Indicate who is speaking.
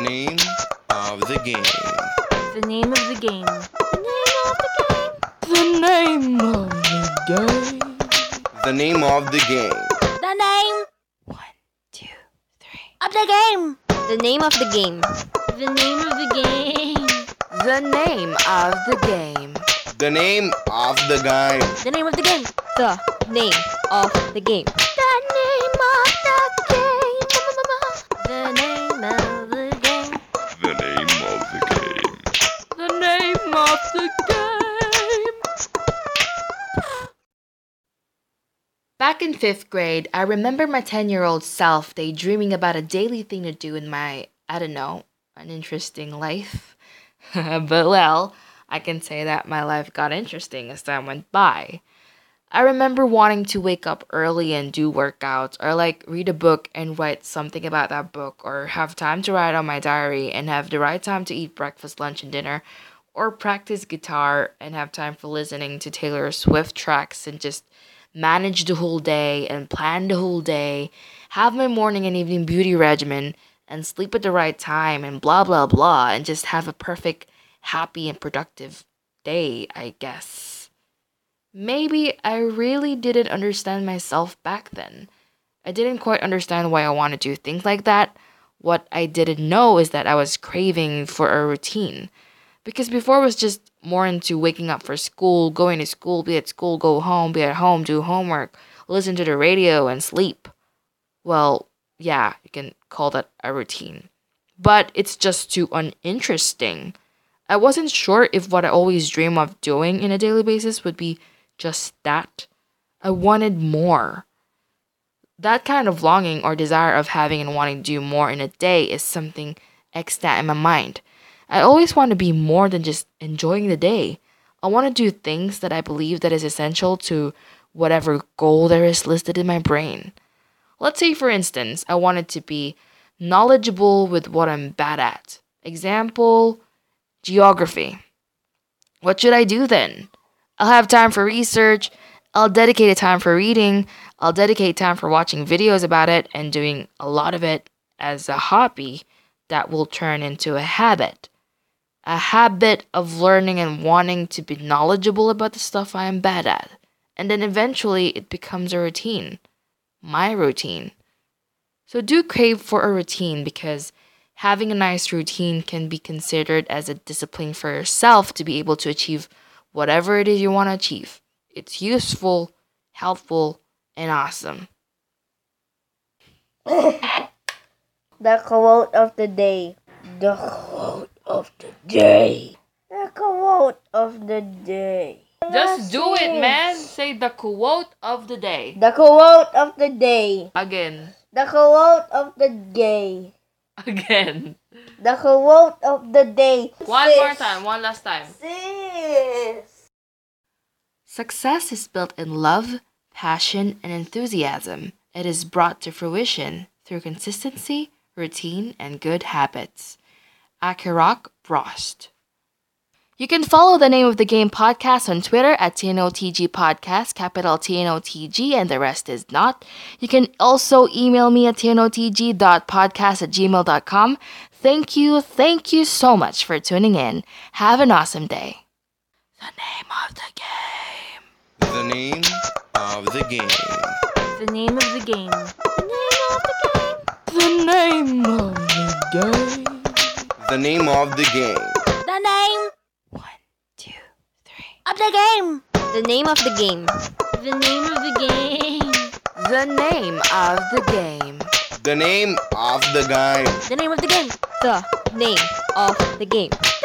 Speaker 1: name of the game.
Speaker 2: The name of the game.
Speaker 3: The name of the game.
Speaker 1: The name of the game.
Speaker 2: The name
Speaker 3: Two, three.
Speaker 2: of the game.
Speaker 4: The name of the game.
Speaker 2: The name of the game.
Speaker 3: The name of the game.
Speaker 1: The name of the game.
Speaker 2: The name of the game.
Speaker 4: The name of the game.
Speaker 2: The name of the game. The name of the game.
Speaker 5: The name of the game.
Speaker 3: The name of the game. Back in fifth grade, I remember my 10 year old self daydreaming about a daily thing to do in my, I don't know, uninteresting life. but well, I can say that my life got interesting as time went by. I remember wanting to wake up early and do workouts, or like read a book and write something about that book, or have time to write on my diary and have the right time to eat breakfast, lunch, and dinner, or practice guitar and have time for listening to Taylor Swift tracks and just manage the whole day and plan the whole day, have my morning and evening beauty regimen, and sleep at the right time, and blah blah blah, and just have a perfect, happy, and productive day, I guess. Maybe I really didn't understand myself back then. I didn't quite understand why I wanted to do things like that. What I didn't know is that I was craving for a routine. Because before I was just more into waking up for school, going to school, be at school, go home, be at home, do homework, listen to the radio, and sleep. Well, yeah, you can call that a routine. But it's just too uninteresting. I wasn't sure if what I always dream of doing in a daily basis would be just that. I wanted more. That kind of longing or desire of having and wanting to do more in a day is something extant in my mind. I always want to be more than just enjoying the day. I want to do things that I believe that is essential to whatever goal there is listed in my brain. Let's say, for instance, I wanted to be knowledgeable with what I'm bad at. Example, geography. What should I do then? I'll have time for research, I'll dedicate a time for reading, I'll dedicate time for watching videos about it and doing a lot of it as a hobby that will turn into a habit. A habit of learning and wanting to be knowledgeable about the stuff I am bad at. And then eventually it becomes a routine. My routine. So do crave for a routine because having a nice routine can be considered as a discipline for yourself to be able to achieve whatever it is you want to achieve. It's useful, helpful, and awesome.
Speaker 6: The quote of the day. The quote of the day. The quote of the day.
Speaker 3: Just do it, man. Say the quote of the day.
Speaker 6: The quote of the day.
Speaker 3: Again.
Speaker 6: The quote of the day.
Speaker 3: Again.
Speaker 6: The quote of the day.
Speaker 3: One more time. One last time.
Speaker 6: Sis.
Speaker 3: Success is built in love, passion, and enthusiasm. It is brought to fruition through consistency, routine, and good habits. Akarok Brost. You can follow the name of the game podcast on Twitter at TNOTG Podcast, capital TNOTG, and the rest is not. You can also email me at TNOTG.podcast at gmail.com. Thank you, thank you so much for tuning in. Have an awesome day. The name of the game.
Speaker 1: The name of the game.
Speaker 2: The name of the game.
Speaker 3: The name of the game.
Speaker 1: The name of the game.
Speaker 2: The name
Speaker 3: Two, three.
Speaker 2: of the game.
Speaker 4: The name of the game.
Speaker 2: The name of the game.
Speaker 3: The name of the game.
Speaker 1: The name of the game.
Speaker 2: The name of the game.
Speaker 4: The name of the game.